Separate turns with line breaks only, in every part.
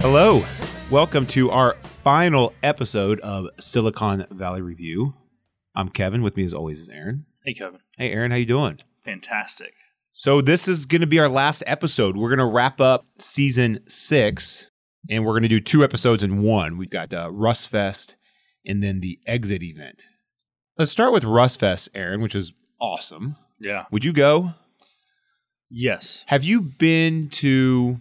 Hello. Welcome to our final episode of Silicon Valley Review. I'm Kevin. With me, as always, is Aaron.
Hey, Kevin.
Hey, Aaron, how you doing?
Fantastic.
So this is going to be our last episode. We're going to wrap up season six, and we're going to do two episodes in one. We've got uh, Rust Fest and then the exit event. Let's start with Rust Fest, Aaron, which is awesome.
Yeah.
Would you go?
Yes.
Have you been to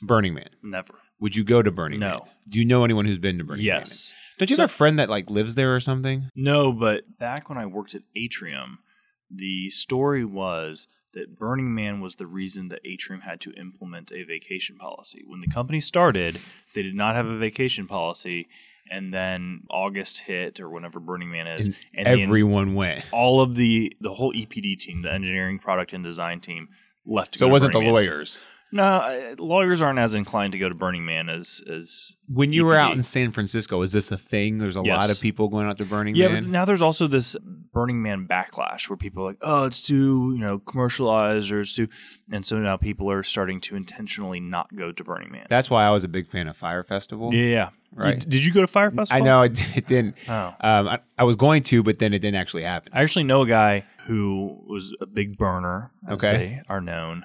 Burning Man?
Never.
Would you go to Burning Man?
No.
Do you know anyone who's been to Burning Man?
yes.
Don't you
So-
have a friend that like lives there or something?
No, but back when I worked at Atrium, the story was that Burning Man was the reason that Atrium had to implement a vacation policy. When the company started, they did not have a vacation policy. And then August hit, or whenever Burning Man is,
And
and the-
Everyone went.
all of the the whole EPD team, the engineering, product, and design team, left. To
So
go
it
to
wasn't the
Burning Man.
lawyers.
No, I- lawyers aren't as inclined to go to Burning Man as as
When you were out
EPD.
in San Francisco, is this a thing? There's a
Yes.
lot of people going out to Burning
yeah. But
Man.
now there's also this Burning Man backlash where people are like, oh, it's too you know commercialized or it's too, and so now people are starting to intentionally not go to Burning Man.
That's why I was a big fan of Fire Festival.
yeah, yeah.
Right.
Did, did you go to Fire Festival?
I know it, it didn't.
Oh.
Um, I, I was going to, but then it didn't actually happen.
I actually know a guy who was a big burner, as
Okay.
they are known,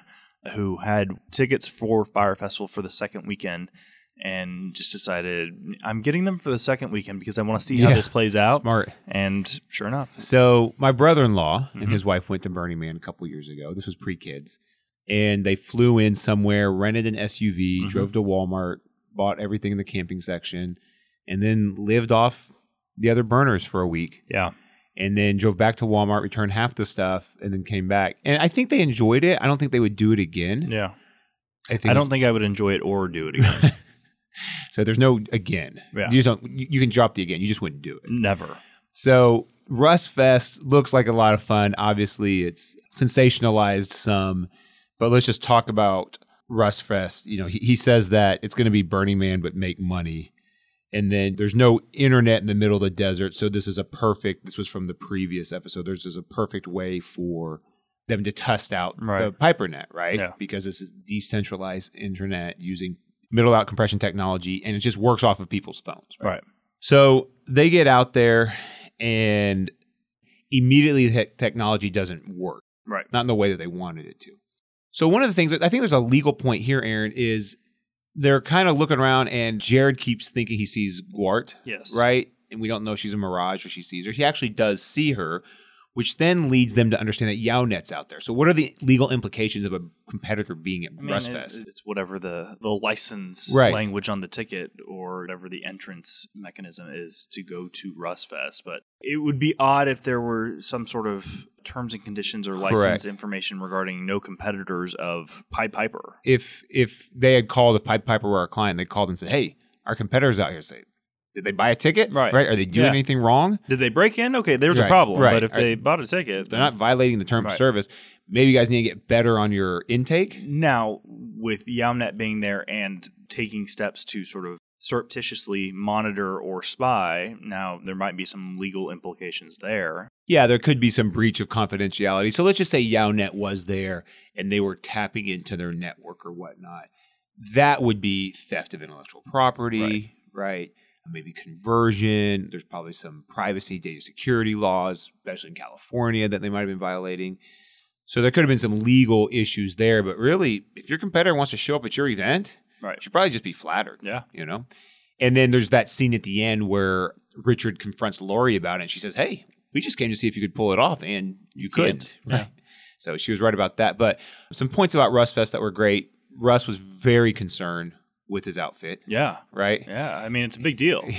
who had tickets for Fire Festival for the second weekend and just decided, I'm getting them for the second weekend because I want to see how
Yeah.
this plays out.
Smart.
And sure enough,
So my brother-in-law
Mm-hmm.
and his wife went to Burning Man a couple years ago. This was pre-kids, and they flew in somewhere, rented an SUV,
Mhm.
drove to Walmart, bought everything in the camping section, and then lived off the other burners for a week.
yeah.
and then drove back to Walmart, returned half the stuff, and then came back. And I think they enjoyed it. I don't think they would do it again.
Yeah.
I think
I don't think I would enjoy it or do it again.
so. There's no again.
Yeah.
You just don't. You you can drop the again. You just wouldn't do it.
Never.
So Rust Fest looks like a lot of fun. Obviously, it's sensationalized some, but let's just talk about Rust Fest. You know, he, he says that it's going to be Burning Man, but make money. And then there's no internet in the middle of the desert. So this is a perfect, this was from the previous episode. There's just a perfect way for them to test out
Right.
the PiperNet, right?
Yeah.
Because this is decentralized internet using middle out compression technology and it just works off of people's phones, right?
Right.
So they get out there and immediately the tech- technology doesn't work,
Right.
not in the way that they wanted it to. So one of the things that I think there's a legal point here, Aaron, is they're kind of looking around and Jared keeps thinking he sees Gwart,
Yes.
right? And we don't know if she's a mirage or she sees her. He actually does see her, which then leads them to understand that Yaonet's out there. So what are the legal implications of a competitor being at
I mean,
Rust
it-
Fest?
It's whatever the, the license
Right.
language on the ticket or whatever the entrance mechanism is to go to Rust Fest. But it would be odd if there were some sort of terms and conditions or license
Correct.
information regarding no competitors of Pied Piper.
if if they had called if Pipe Piper were our client, they called and said, "Hey, our competitors out here say, did they buy a ticket?
Right.
Right? Are they doing
Yeah.
anything wrong?
Did they break in? Okay, there's
Right,
a problem.
right.
But if
Are-
they bought a ticket,
They're not violating the terms
Mm-hmm. Right.
of service. Maybe you guys need to get better on your intake."
Now, with Yamnet being there and taking steps to sort of surreptitiously monitor or spy, now there might be some legal implications there.
Yeah, there could be some breach of confidentiality. So let's just say YaoNet was there and they were tapping into their network or whatnot. That would be theft of intellectual property, right? Maybe conversion. There's probably some privacy, data security laws, especially in California, that they might have been violating. So there could have been some legal issues there. But really, if your competitor wants to show up at your event,
Right.
you should probably just be flattered
Yeah.
you know? And then there's that scene at the end where Richard confronts Lori about it and she says, Hey, we just came to see if you could pull it off and you couldn't.
can't. Yeah.
Right. So she was right about that. But some points about Russ Fest that were great. Russ was very concerned with his outfit,
Yeah.
right?
Yeah. I mean, it's a big deal.
and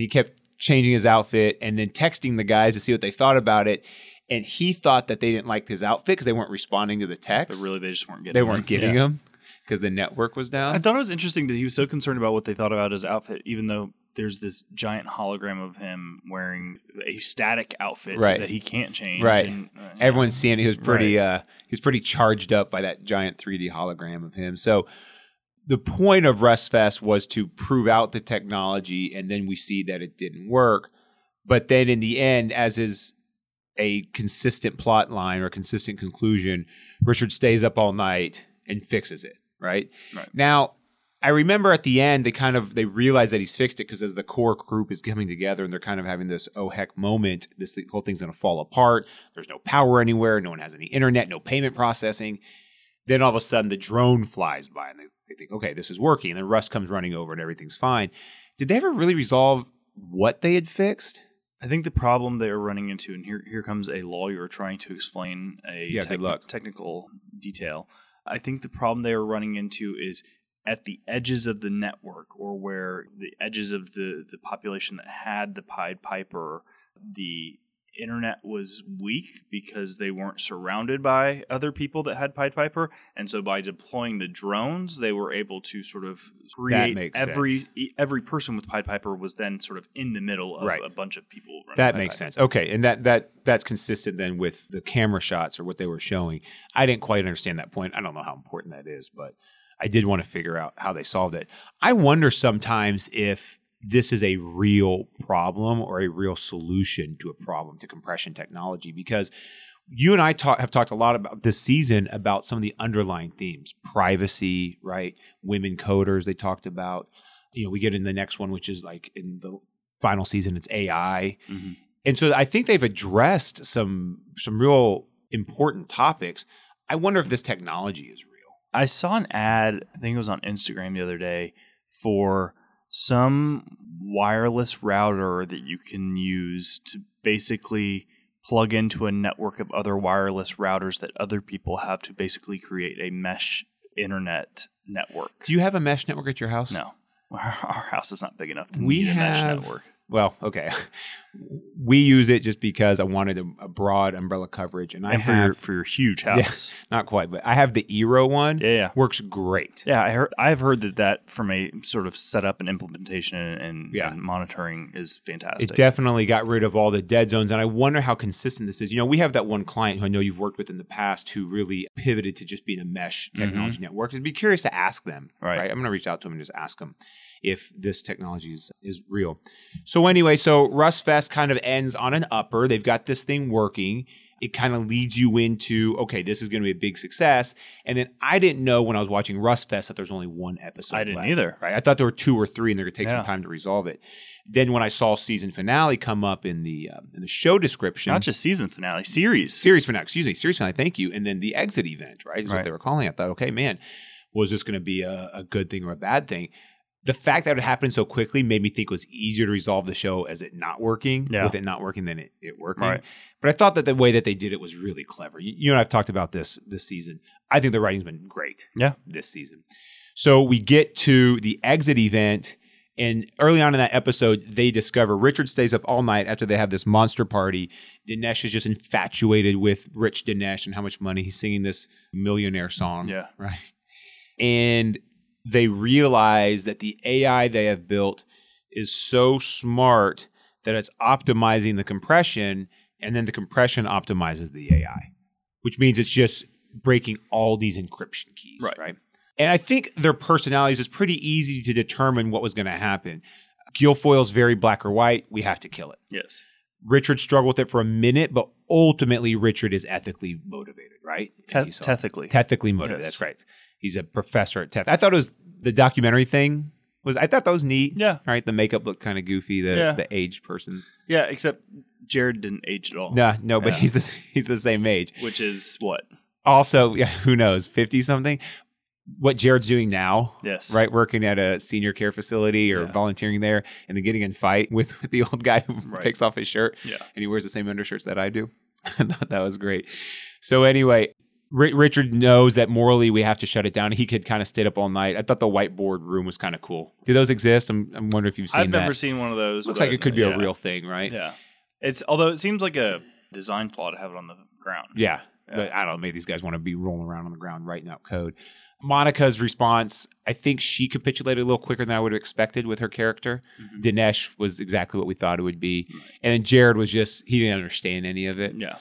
he kept changing his outfit and then texting the guys to see what they thought about it. And he thought that they didn't like his outfit because they weren't responding to the
But
text.
really, they just weren't getting
they weren't
it.
getting
Yeah.
him because the network was down.
I thought it was interesting that he was so concerned about what they thought about his outfit, even though there's this giant hologram of him wearing a static outfit
Right.
that he can't change.
Right.
And, uh, yeah.
Everyone's seeing it. He was pretty uh he was pretty charged up by that giant 3D hologram of him. So the point of Rust Fest was to prove out the technology and then we see that it didn't work. But then in the end, as is a consistent plot line or consistent conclusion, Richard stays up all night and fixes it, right?
Right.
Now, I remember at the end they kind of they realize that he's fixed it because as the core group is coming together and they're kind of having this oh heck moment, this thing- whole thing's going to fall apart. There's no power anywhere. No one has any internet. No payment processing. Then all of a sudden the drone flies by and they, they think okay this is working. And then Russ comes running over and everything's fine. Did they ever really resolve what they had fixed?
I think the problem they are running into, and here here comes a lawyer trying to explain a
Yeah, good luck.
technical detail. I think the problem they are running into is at the edges of the network, or where the edges of the the population that had the Pied Piper, the internet was weak because they weren't surrounded by other people that had Pied Piper, and so by deploying the drones, they were able to sort of create
makes
every
sense.
e- every person with Pied Piper was then sort of in the middle of
Right.
a bunch of people. Running
That
Pied
makes
Piper.
sense. Okay, and that that that's consistent then with the camera shots or what they were showing. I didn't quite understand that point. I don't know how important that is, but I did want to figure out how they solved it. I wonder sometimes if this is a real problem or a real solution to a problem to compression technology because you and I talk, have talked a lot about this season about some of the underlying themes, privacy, right? Women coders they talked about. You know, we get in the next one which is like in the final season it's AI
Mhm.
and so I think they've addressed some some real important topics. I wonder if this technology is real.
I saw an ad, I think it was on Instagram the other day, for some wireless router that you can use to basically plug into a network of other wireless routers that other people have to basically create a mesh internet network.
Do you have a mesh network at your house?
no. Our our house is not big enough to
We
need a mesh
have-
network.
Well, okay. We use it just because I wanted a, a broad umbrella coverage, and I
and for
have
your for your huge
Yeah.
house.
not quite, but I have the Eero one.
Yeah, yeah.
Works great.
Yeah, I heard, I've heard that that from a sort of setup and implementation and,
Yeah.
and monitoring is fantastic.
It definitely got rid of all the dead zones. And I wonder how consistent this is. You know, we have that one client who I know you've worked with in the past who really pivoted to just being a mesh technology network. I'd be curious to ask them.
Mm-hmm. Right.
I'm going to reach out to them and just ask them if this technology is, is real. So, anyway, so Rust Fest kind of ends on an upper. They've got this thing working. It kind of leads you into, okay, this is going to be a big success. And then I didn't know when I was watching Rust Fest that there's only one episode.
I didn't
left
either.
right? I thought there were two or three, and they're going to take
Yeah.
some time to resolve it. Then when I saw season finale come up in the um, in the show description,
Not just season finale, series.
series finale, excuse me, series finale, thank you, and then the exit event, right? Is
Right.
what they were calling. it. I thought, okay, man, was this going to be a, a good thing or a bad thing? The fact that it happened so quickly made me think it was easier to resolve the show as it not working,
Yeah.
with it not working than it, it working.
Right.
But I thought that the way that they did it was really clever. You, you and I've talked about this this season. I think the writing's been great.
Yeah.
This season. So we get to the exit event. And early on in that episode, they discover Richard stays up all night after they have this monster party. Dinesh is just infatuated with rich Dinesh and how much money he's singing this millionaire song.
Yeah.
Right. And they realize that the AI they have built is so smart that it's optimizing the compression and then the compression optimizes the AI, which means it's just breaking all these encryption keys,
Right.
right? And I think their personalities is pretty easy to determine what was going to happen. Guilfoyle's very black or white. We have to kill it.
Yes.
Richard struggled with it for a minute, but ultimately Richard is ethically motivated, right? And
Te-
he's-
tethically.
Tethically motivated.
Yes.
That's right. He's a professor at Teth. I thought it was the documentary thing. Was I thought that was neat.
yeah.
Right, the makeup looked kind of goofy. The
Yeah.
the aged persons.
Yeah, except Jared didn't age at all.
No, no, but
Yeah.
he's the he's the same age.
Which is what?
Also, yeah, who knows, fifty something. What Jared's doing now,
Yes.
right? Working at a senior care facility or
Yeah.
volunteering there, and then getting in fight with, with the old guy who
Right.
takes off his shirt
Yeah.
and he wears the same undershirts that I do. I thought that was great. So anyway, Ri Richard knows that morally we have to shut it down. He could kind of stayed up all night. I thought the whiteboard room was kind of cool. Do those exist? I'm I'm wondering if you've seen
I've
that.
never seen one of those.
Looks
but,
like it could be
yeah.
a real thing, right?
Yeah. It's although it seems like a design flaw to have it on the ground.
Yeah.
Yeah.
But I don't know. Maybe these guys want to be rolling around on the ground writing out code. Monica's response, I think she capitulated a little quicker than I would have expected with her character.
Mhm.
Dinesh was exactly what we thought it would be.
Right.
And then Jared was just, he didn't understand any of it.
Yeah.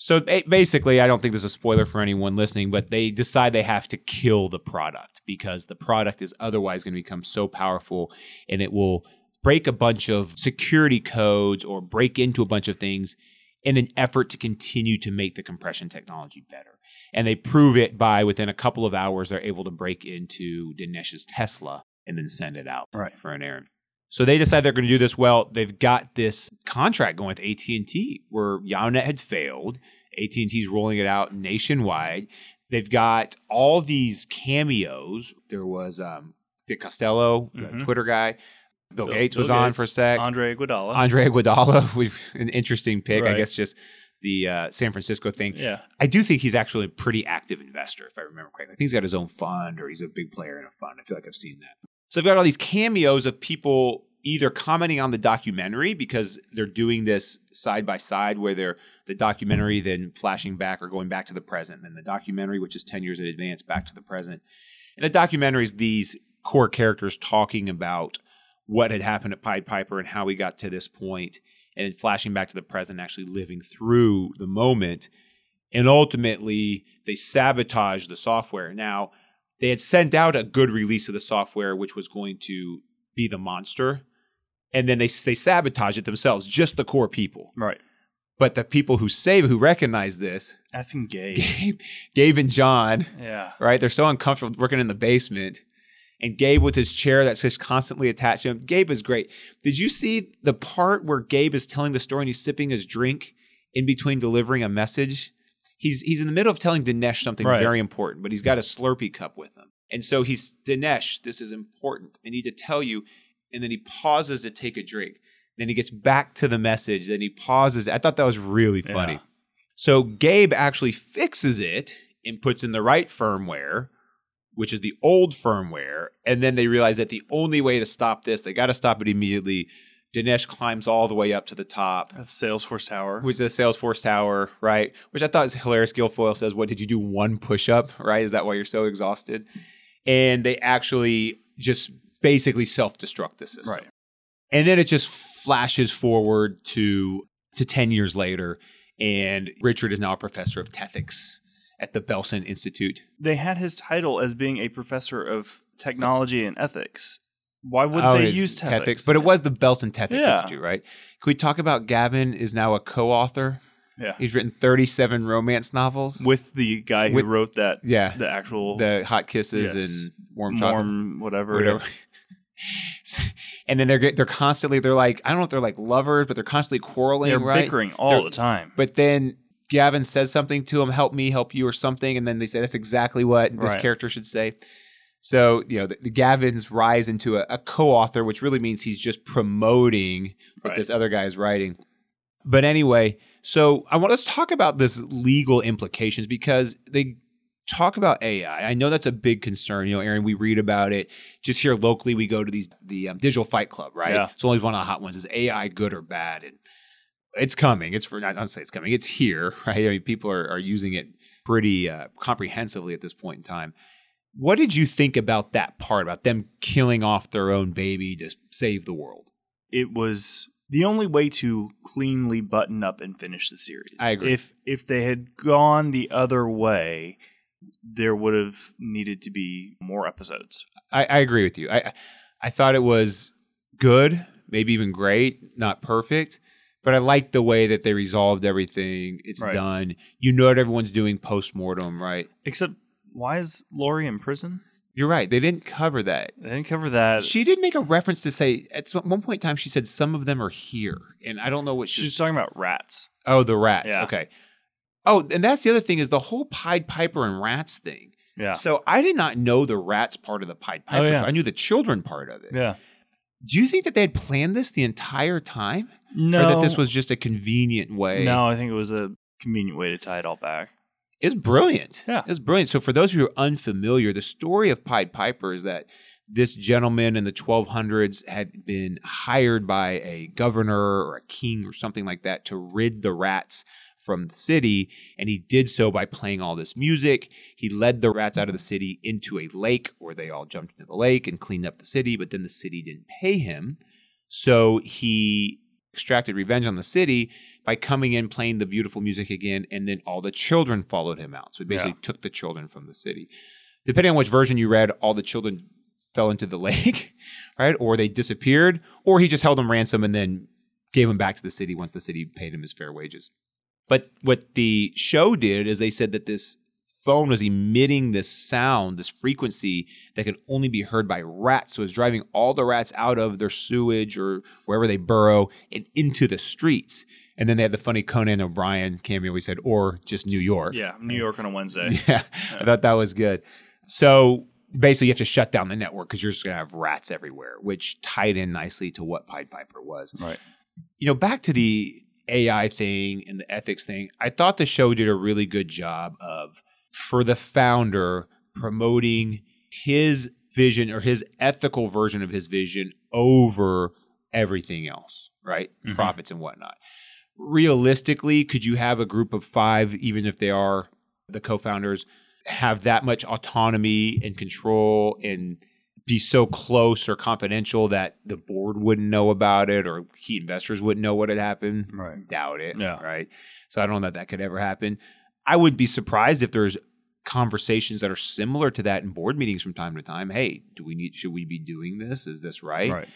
So ba- basically, I don't think this is a spoiler for anyone listening, but they decide they have to kill the product because the product is otherwise going to become so powerful and it will break a bunch of security codes or break into a bunch of things in an effort to continue to make the compression technology better. And they prove it by within a couple of hours, they're able to break into Dinesh's Tesla and then send it out
Right.
for an errand. So they decide they're going to do this. Well, they've got this contract going with AT and T where Yahoo.net had failed. AT and T's rolling it out nationwide. They've got all these cameos. There was um, Dick Costello, the
Mhm.
Twitter guy. Mm-hmm. Bill,
Bill-
Gates
Bill
was on
Gates.
for a sec.
Andre Iguodala.
Andre Iguodala, we- an interesting pick, I
Right.
guess. Just the uh, San Francisco thing.
yeah.
I do think he's actually a pretty active investor, if I remember correctly. I think he's got his own fund or he's a big player in a fund. I feel like I've seen that. So I've got all these cameos of people either commenting on the documentary because they're doing this side by side where they're the documentary then flashing back or going back to the present, and then the documentary, which is 10 years in advance, back to the present. And the documentary is these core characters talking about what had happened at Pied Piper and how we got to this point, and then flashing back to the present, actually living through the moment. And ultimately, they sabotaged the software. Now, they had sent out a good release of the software, which was going to be the monster. And then they, they sabotage it themselves, just the core people.
Right.
But the people who save, who recognize this,
Effing gay.
Gabe, Gabe and John,
yeah.
right? They're so uncomfortable working in the basement. And Gabe with his chair that's just constantly attached to him. Gabe is great. Did you see the part where Gabe is telling the story and he's sipping his drink in between delivering a message? He's he's in the middle of telling Dinesh something
Right.
very important, but he's got a Slurpee cup with him. And so he's Dinesh, this is important. I need to tell you. And then he pauses to take a drink. Then he gets back to the message. Then he pauses. I thought that was really funny.
Yeah.
So Gabe actually fixes it and puts in the right firmware, which is the old firmware. And then they realize that the only way to stop this, they got to stop it immediately. Dinesh climbs all the way up to the top,
Of Salesforce Tower.
which is the Salesforce Tower, right? Which I thought is hilarious. Guilfoyle says, What did you do? One push up, right? Is that why you're so exhausted? And they actually just basically self destruct the system.
Right.
And then it just flashes forward to to 10 years later and Richard is now a professor of tethics at the Belson Institute.
They had his title as being a professor of technology and ethics. Why would
Oh, it
they
is
use tethics?
But it was the Belson Tethics
Yeah.
Institute, right? Can we talk about Gavin is now a co-author?
yeah.
He's written 37 romance novels.
with the guy who
With-
wrote that
yeah.
the actual
The Hot Kisses
Yes.
and Warm Chocolate.
warm whatever,
whatever. and then they're get- they're constantly they're like I don't know if they're like lovers, but they're constantly quarreling,
they're
right?
bickering all
They're-
the time
But then Gavin says something to him, help me, help you, or something. And then they say, that's exactly what this
Right.
character should say. So, you know, the, the Gavin's rise into a, a co author, which really means he's just promoting what
Right.
this other guy is writing. But anyway, so I want let's talk about this legal implications because they talk about AI. I know that's a big concern. You know, Aaron, we read about it just here locally. We go to these the um, Digital Fight Club, right?
Yeah.
It's only one of the hot ones. Is AI good or bad? And it's coming. It's for not not to say it's coming. It's here, right? I mean, people are are using it pretty uh, comprehensively at this point in time. What did you think about that part about them killing off their own baby to save the world?
it was the only way to cleanly button up and finish the series
I agree.
if if they had gone the other way there would have needed to be more episodes
I, I agree with you. I I- I thought it was good, maybe even great, not perfect, but I liked the way that they resolved everything. It's
Right.
done. You know what everyone's doing post mortem, right?
except why is Lori in prison
You're right. They didn't cover that.
they didn't cover that
She did make a reference to say at some- one point in time she said some of them are here, and I don't know what
she
she's.
was talking about rats
oh, the rats.
Yeah.
Okay. Oh, and that's the other thing is the whole Pied Piper and rats thing.
yeah Oh,
So I did not know the rats part of the Pied Piper.
yeah.
so I knew the children part of it.
yeah
Do you think that they had planned this the entire time?
no
Or that this was just a convenient way?
no i think it was a convenient way to tie it all back
It's brilliant.
Yeah.
It's brilliant. So, for those who are unfamiliar, the story of Pied Piper is that this gentleman in the 1200s had been hired by a governor or a king or something like that to rid the rats from the city. And he did so by playing all this music. He led the rats out of the city into a lake where they all jumped into the lake and cleaned up the city. But then the city didn't pay him. So, he extracted revenge on the city by coming in playing the beautiful music again and then all the children followed him out so he basically took the children from the city depending on which version you read all the children fell into the lake right or they disappeared or he just held them ransom and then gave them back to the city once the city paid him his fair wages but what the show did is they said that this phone was emitting this sound, this frequency that could only be heard by rats. So it was driving all the rats out of their sewage or wherever they burrow and into the streets. And then they had the funny Conan O'Brien cameo we said, or just New York.
Yeah, New York on a Wednesday.
Yeah, I thought that was good. So basically, you have to shut down the network because you're just going to have rats everywhere, which tied in nicely to what Pied Piper was.
Right.
You know, back to the AI thing and the ethics thing, I thought the show did a really good job of, for the founder, promoting his vision or his ethical version of his vision over everything else, right?
Mhm.
Profits and whatnot. Realistically, could you have a group of five, even if they are the co founders, have that much autonomy and control and be so close or confidential that the board wouldn't know about it or key investors wouldn't know what had happened?
Right.
Doubt it.
Yeah.
Right. So I don't know that that could ever happen. I would be surprised if there's conversations that are similar to that in board meetings from time to time. Hey, do we need should we be doing this? Is this right?
Right.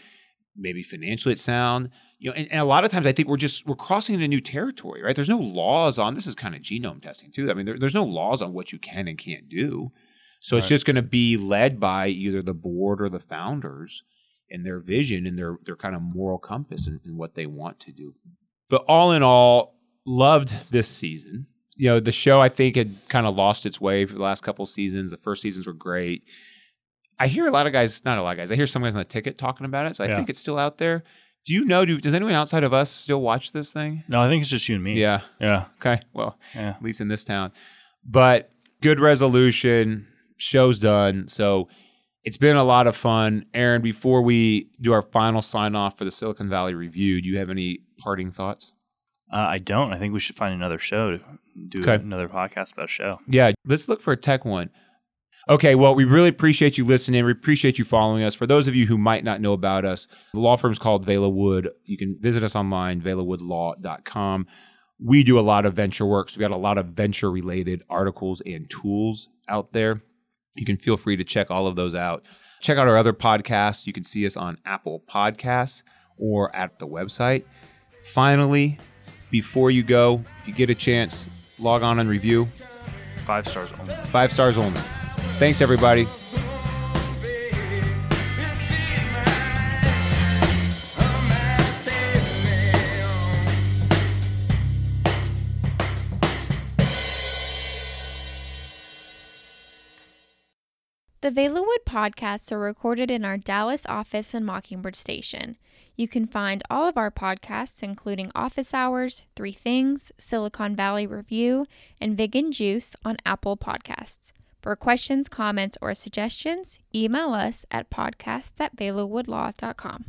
Maybe financially it's sound. You know, and, and a lot of times I think we're just we're crossing into new territory, right? There's no laws on this is kind of genome testing too. I mean, there, there's no laws on what you can and can't do. So it's
Right.
just going to be led by either the board or the founders and their vision and their their kind of moral compass and, and what they want to do. But all in all, loved this season. You know, the show I think had kind of lost its way for the last couple seasons. The first seasons were great. I hear a lot of guys, not a lot of guys. I hear some guys on the ticket talking about it. So I
Yeah.
think it's still out there. Do you know? Do does anyone outside of us still watch this thing?
No, I think it's just you and me.
Yeah.
Yeah.
Okay. Well,
Yeah.
at least in this town. But good resolution. Show's done. So it's been a lot of fun. Aaron, before we do our final sign off for the Silicon Valley review, do you have any parting thoughts?
Uh, I don't. I think we should find another show to do
Okay.
another podcast about a show.
Yeah, let's look for a tech one. Okay, well, we really appreciate you listening. We appreciate you following us. For those of you who might not know about us, the law firm's called Vela Wood. You can visit us online, velawoodlaw.com. We do a lot of venture work, so we got a lot of venture related articles and tools out there. You can feel free to check all of those out. Check out our other podcasts. You can see us on Apple Podcasts or at the website. Finally, before you go, if you get a chance, log on and review
Five stars only.
five stars only. Thanks, everybody.
The Velawood podcasts are recorded in our Dallas office and Mockingbird station. You can find all of our podcasts, including Office Hours, Three Things, Silicon Valley Review, and Vegan Juice, on Apple Podcasts. For questions, comments, or suggestions, email us at podcasts at velawoodlaw.com.